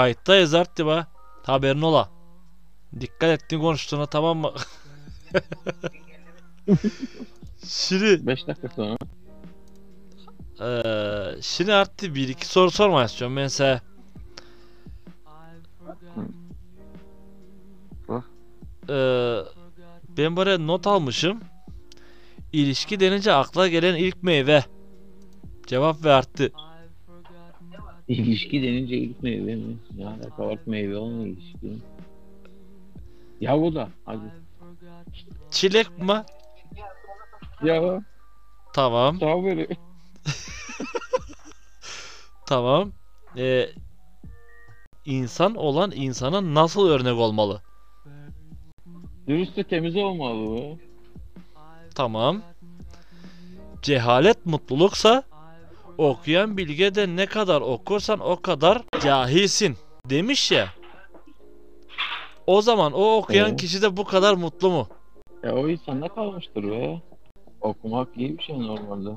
Kayıttayız artık ha. Haberin ola. Dikkat ettin konuştuğuna tamam mı? şimdi 5 dakika sonra. eee şimdi artık bir iki soru sormak istiyorum ben size. Hı. Eee, ben buraya not almışım. İlişki denince akla gelen ilk meyve. Cevap ve arttı. İlişki denince ilk meyve mi? Ne alaka var meyve olmuyor ilişki. Ya bu da. Hadi. Çilek mi? Ya Tamam. daha böyle. Tamam. Ee, insan olan insana nasıl örnek olmalı? Dürüst ve temiz olmalı bu. Tamam. Cehalet mutluluksa okuyan bilge de ne kadar okursan o kadar cahilsin demiş ya. O zaman o okuyan Ee? kişi de bu kadar mutlu mu? Ya o insanda kalmıştır be. Okumak iyi bir şey normalde.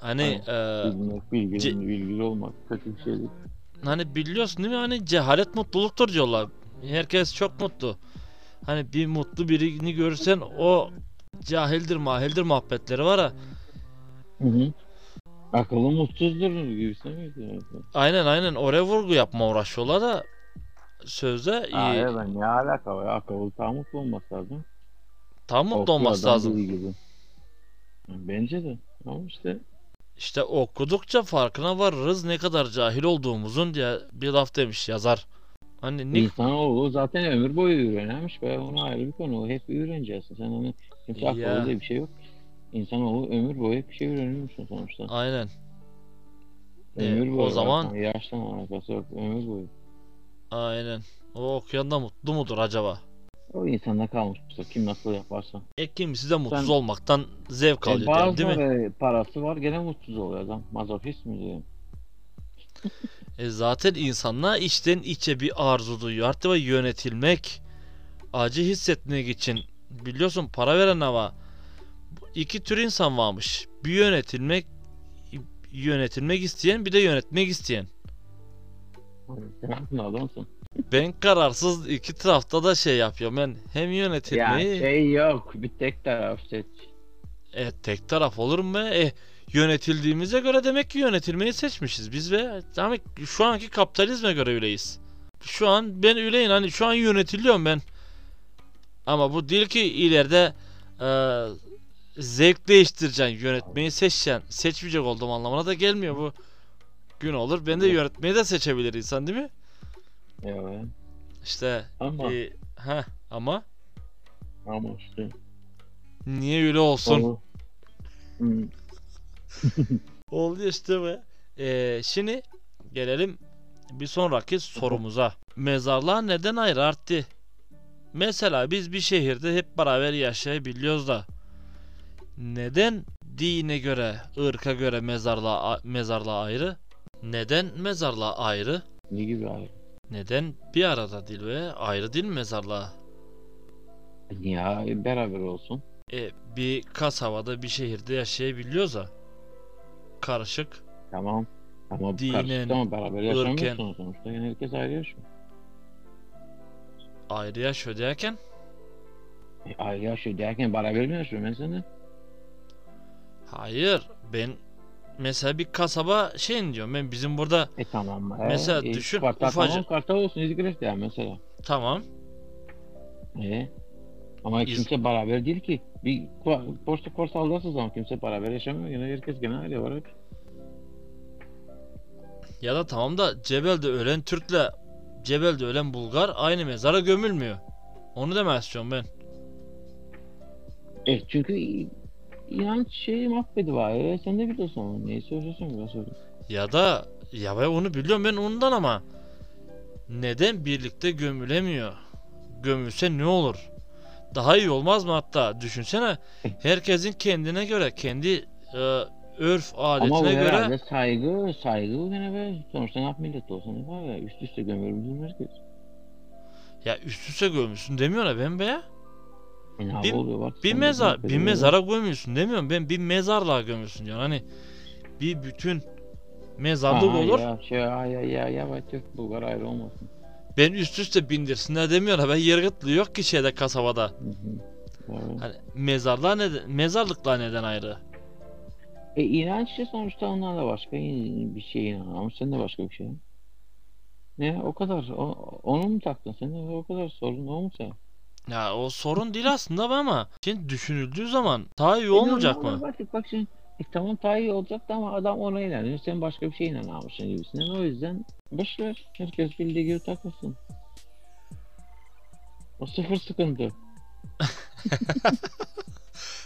Hani eee, Bilmek, bilgili, Ce- bilgili olmak kötü bir şey değil. hani biliyorsun değil mi? Hani cehalet mutluluktur diyorlar. Herkes çok mutlu. Hani bir mutlu birini görsen o cahildir mahildir muhabbetleri var ha. Hı hı. Akıllı mutsuzdur gibisi miydi? Aynen aynen oraya vurgu yapma uğraşıyorlar da sözde iyi. Aa, ya ben ne alaka var? Akıllı tam mutlu olması lazım. tam mutlu Oklu olması adam lazım. dediği Gibi. Bence de. Ama işte İşte okudukça farkına varırız ne kadar cahil olduğumuzun diye bir laf demiş yazar. Hani Nick İnsanoğlu zaten ömür boyu öğrenmiş ve ona ayrı bir konu. O Hep öğreneceksin. Sen onu kimse akıllı Ya. diye bir şey yok. İnsanoğlu ömür boyu hep bir şey öğreniyorsun sonuçta. aynen E, ömür o boyu. zaman- zaten Yaştan alakası yok. Ömür boyu. aynen. O okuyan da mutlu mudur acaba? O insanda kalmıştır. Kim nasıl yaparsa. E kimisi de mutsuz Ben- olmaktan zevk E, alıyor diyelim, değil mi? bazıları parası var gene mutsuz oluyor adam. Mazohist mi diyeyim? E zaten insanlar içten içe bir arzu duyuyor. Artık böyle yönetilmek, acı hissetmek için biliyorsun para veren ama iki tür insan varmış. Bir yönetilmek yönetilmek isteyen bir de yönetmek isteyen. Sen adamsın. Ben kararsız iki tarafta da şey yapıyorum. Ben hem Ya yönetilmeyi şey yok. Bir tek taraf seç. e, tek taraf olur mu? E, yönetildiğimize göre demek ki yönetilmeyi seçmişiz biz ve ama şu anki kapitalizme göre öyleyiz. Şu an ben öyleyim hani şu an yönetiliyorum ben. Ama bu değil ki ileride e, zevk değiştireceksin, yönetmeyi seçeceksin. Seçmeyecek olduğum anlamına da gelmiyor bu. Gün olur ben de yönetmeyi de seçebilir insan değil mi? Evet. İşte Ama e, ha ama ama işte. niye öyle olsun? Onu- Hı. Oldu işte be. Ee, şimdi gelelim bir sonraki sorumuza. Mezarlığa neden ayrı arttı? Mesela biz bir şehirde hep beraber yaşayabiliyoruz da neden dine göre, ırka göre mezarlığa, mezarlığa ayrı? Neden mezarlığa ayrı? Ne gibi abi? Neden bir arada değil ve ayrı değil mi mezarlığa? Ya beraber olsun. E, bir kasabada bir şehirde yaşayabiliyoruz da karışık Tamam. Ama bu Dinen, karşılıklı ama beraber yaşamıyorsunuz ırken. sonuçta. Yani herkes ayrı yaşıyor. ayrı yaşıyor derken E, ayrı yaşıyor derken beraber mi yaşıyor mesela? Hayır ben mesela bir kasaba şeyin diyorum ben bizim burada E tamam. E, Mesela e, düşün, Kartal ufacık. tamam kartal olsun İzgret yani mesela. tamam E, ama İz- kimse beraber değil ki. Bir kua- borsa borsa aldığınız zaman kimse beraber yaşamıyor. Yine herkes gene ayrı olarak. ya da tamam da Cebel'de ölen Türk'le Cebel'de ölen Bulgar aynı mezara gömülmüyor. Onu demek istiyorum ben. E çünkü i- inanç şeyi mahvedi var. E, sen de biliyorsun onu. Neyi söylüyorsun ben söylüyorum. Ya da ya ben onu biliyorum ben ondan ama neden birlikte gömülemiyor? Gömülse ne olur? Daha iyi olmaz mı hatta? Düşünsene herkesin kendine göre kendi e, örf Ama bu adetine göre herhalde saygı, saygı bu gene be. Sonuçta ne yap millet olsun. Ne var ya üst üste gömüyorum herkes. ya üst üste gömülsün demiyorlar ben be ya. Ya Bir- oluyor bak. Bir sen mezar, dedin, bir dedin, mezara gömüyorsun demiyorum ben bir mezarlığa gömüyorsun yani hani bir bütün Mezarlık Aha, olur. Ya, şey, ya, ya, ya, yavaş yavaş Bulgar ayrı olmasın. Ben üst üste bindirsinler demiyorlar. Ben yargıtlı yok ki şeyde kasabada. Hı hı. Doğru. Hani mezarlar neden, mezarlıklar neden ayrı? E inançlı sonuçta onlar da başka in- bir şeye inanıyor ama sen de başka bir şeye. Ne o kadar o, onu mu taktın sen de o kadar sorun o mu sen? Ya o sorun değil aslında be ama şimdi düşünüldüğü zaman daha iyi olmayacak Ona mı? Baktık bak şimdi e, tamam daha iyi olacaktı ama adam ona inanıyor sen başka bir şeye inanmışsın gibisinden o yüzden boş ver herkes bildiği gibi takılsın. O sıfır sıkıntı.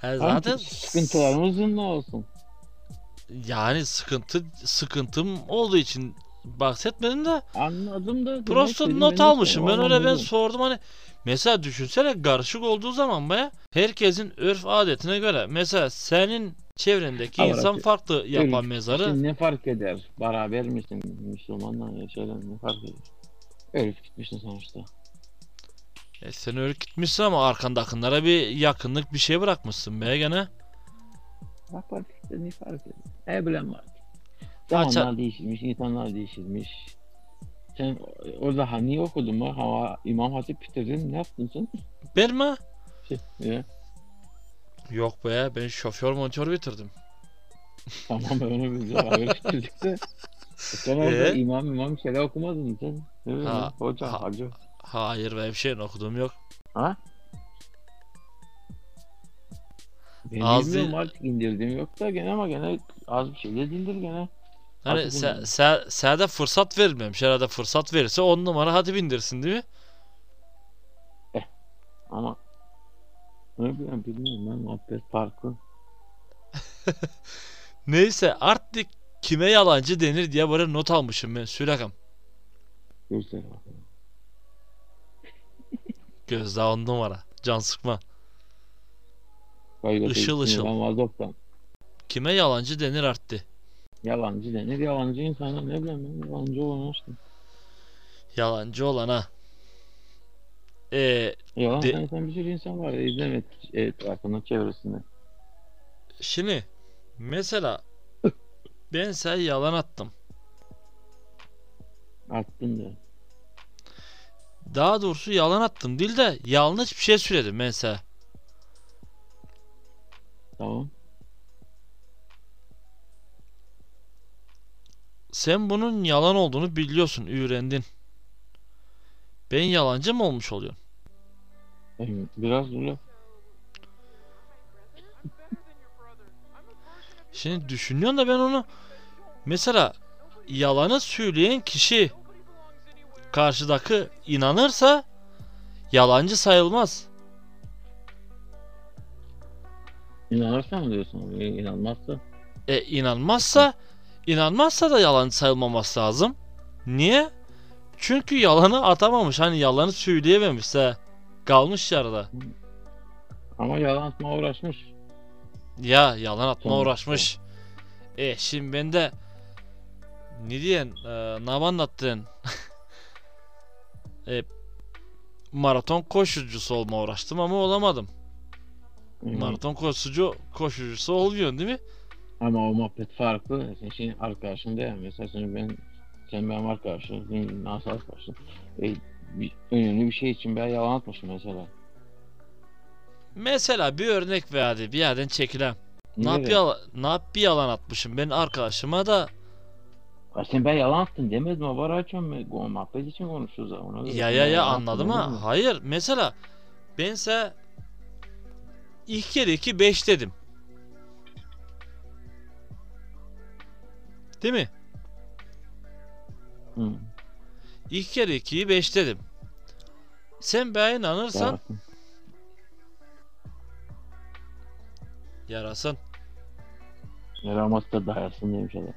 He, zaten sıkıntılarımızın ne olsun? yani sıkıntı sıkıntım olduğu için bahsetmedim de Anladım da. Prosto demek not istediğim almışım. Ben o öyle ben anladım. sordum hani mesela düşünsene karışık olduğu zaman be herkesin örf adetine göre mesela senin çevrendeki Ama insan bak- farklı yapan Öyle. mezarı Şimdi ne fark eder? Beraber misin? Müslümanla yaşayan ne fark eder? Ölüp gitmişsin sonuçta. e, sen öyle gitmişsin ama arkanda akınlara bir yakınlık bir şey bırakmışsın be gene. Ne fark eder? Ne fark eder? E bilen var. Zamanlar Açar- değişilmiş, insanlar değişilmiş. Sen orada ha niye okudun mu? Hava İmam Hatip bitirdin ne yaptın sen? Şey, e, Ben mi? Ya, Yok be ben şoför montör bitirdim. tamam onu biz beraber bitirdik de. E, Sen orada Ee? imam imam şeyler okumadın mı sen? Değil mi? Ha, Hoca, ha. hacı. Hayır be bir şeyin okuduğum yok. Ha? Ben Az bilmiyorum değil- artık indirdiğim yok da gene ama gene az bir şeyler indir gene. Hani Haklısın se, yani. se, sade fırsat verilmemiş herhalde fırsat verirse on numara hadi bindirsin değil mi? Ama ne bileyim bilmiyorum ben muhabbet farklı. Neyse artık kime yalancı denir diye böyle not almışım ben Sülakam. Göster bakalım. Gözde on numara. Can sıkma. Gayrete Işıl ışıl. gitmiyor lan Azoktan. Kime yalancı denir arttı. Yalancı denir yalancı insana ne bileyim ben yalancı olan işte. Yalancı olana. Ee, E, Yalan De- insan bir sürü insan var izlemek etrafında çevresinde. şimdi mesela ben sana yalan attım. Attın da. Daha doğrusu yalan attım değil de yanlış bir şey söyledim ben sana. Tamam. Sen bunun yalan olduğunu biliyorsun, öğrendin. Ben yalancı mı olmuş oluyorum? Em, E, Biraz öyle. Şimdi düşünüyorsun da ben onu mesela yalanı söyleyen kişi karşıdaki inanırsa yalancı sayılmaz. İnanırsa mı diyorsun? E, İnanmazsa. E inanmazsa inanmazsa da yalan sayılmaması lazım. Niye? Çünkü yalanı atamamış. Hani yalanı söyleyememişse kalmış yarıda. Ama yalan atmaya uğraşmış. Ya yalan atma Tamam, uğraşmış. E şimdi ben de ne diyen e, ne anlattın? e, maraton koşucusu olma uğraştım ama olamadım. Em, Maraton koşucu koşucusu olmuyorsun değil mi? Ama o muhabbet farklı. Sen şimdi arkadaşın değil. Mesela sen ben sen benim arkadaşım, sen nasıl arkadaşım. E, bir, önemli bir şey için ben yalan atmışım mesela. Mesela bir örnek ver hadi bir yerden çekilem. Ne Niye yap be? yala- ne yap bir yalan atmışım. Ben arkadaşıma da Ha, sen ben yalan attın demedim mi? Var açıyorum ben. O muhabbet için konuşuyoruz. ha, Ona göre ya sen ya ya ben yalan attın anladım demedim mi? ha. Hayır mesela bense ilk kere 2 5 dedim. Değil mi? Hı. İlk kere 2'yi 5 dedim. Sen ben inanırsan Yarasın. yarasın. Yaramazsa dayasın demiş adam.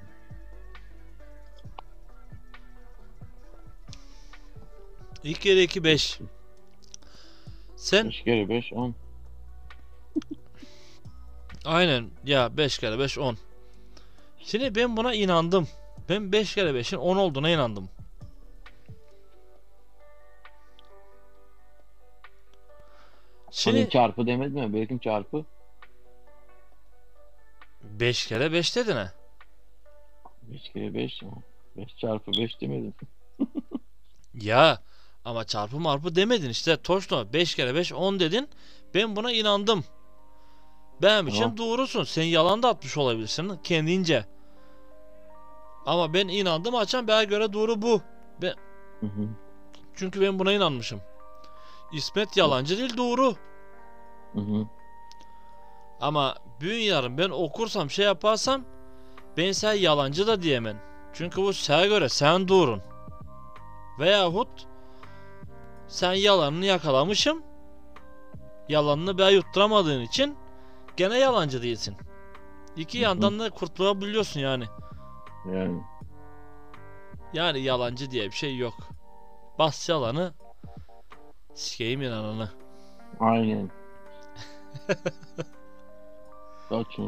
İlk kere 2 5. Sen 5 kere 5 10. aynen ya 5 kere 5 10. Şimdi ben buna inandım. Ben 5 kere 5'in 10 olduğuna inandım. Şimdi Hani çarpı demedin mi? Belki çarpı. 5 kere 5 dedin ha. 5 3 kere 5 mi? 5 çarpı 5 demedim. Ya ama çarpı marpı demedin işte Toşno 5 kere 5 10 dedin. Ben buna inandım. Benim için Tamam. doğrusun. Sen yalan da atmış olabilirsin kendince. Ama ben inandım açan bana göre doğru bu. Hı hı. Çünkü ben buna inanmışım. İsmet yalancı değil doğru. Hı hı. Ama bugün yarın ben okursam şey yaparsam ben sen yalancı da diyemem. Çünkü bu sana göre sen doğrun. Veyahut sen yalanını yakalamışım. Yalanını ben yutturamadığın için gene yalancı değilsin. İki Hı hı. yandan da kurtulabiliyorsun yani. Yani. Yani yalancı diye bir şey yok. Bas yalanı sikeyim inananı. Aynen. Saçma.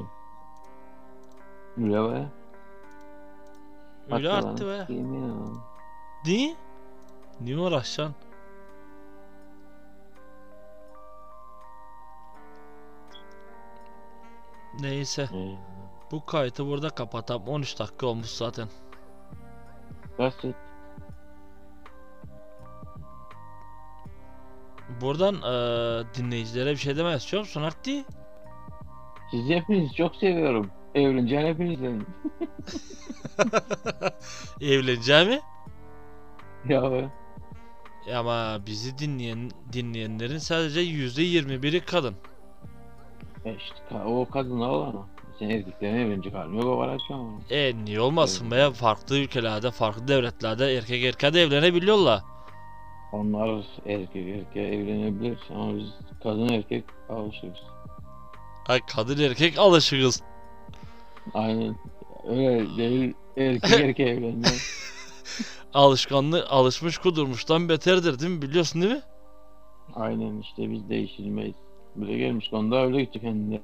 Öyle be. Öyle Bak yalan, arttı be. yemin ederim. Niye? Niye uğraşacaksın? Neyse Ee, bu kaydı burada kapatalım. 13 dakika olmuş zaten. Basit. Buradan eee, dinleyicilere bir şey demek istiyor musun Artti? Sizi hepiniz çok seviyorum. Evleneceğin hepinizden. Evleneceğimi? Ya be. E Ama bizi dinleyen dinleyenlerin sadece %21'i kadın. E işte ka- o kadınlar olan o. Sen erkeklerin evlenecek halin yok o şey var akşam onu. E niye olmasın be? Farklı ülkelerde, farklı devletlerde erkek erkeğe de evlenebiliyorlar. Onlar erkek erkeğe evlenebilir ama biz kadın erkek alışırız. Ay kadın erkek alışığız. Aynen öyle değil erkek erkeğe evlenmez. alışkanlığı alışmış kudurmuştan beterdir değil mi biliyorsun değil mi? Aynen işte biz değişilmeyiz. Böyle gelmiş konuda öyle gitti kendine.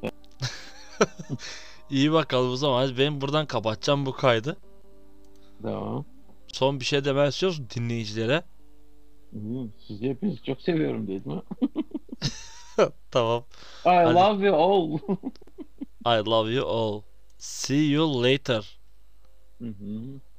İyi bakalım o zaman ben buradan kapatacağım bu kaydı. Tamam. Son bir şey demek istiyor musun dinleyicilere? Hı, Sizi hepiniz çok seviyorum dedim ha. tamam. I Hadi. love you all. I love you all. See you later. Hı hı.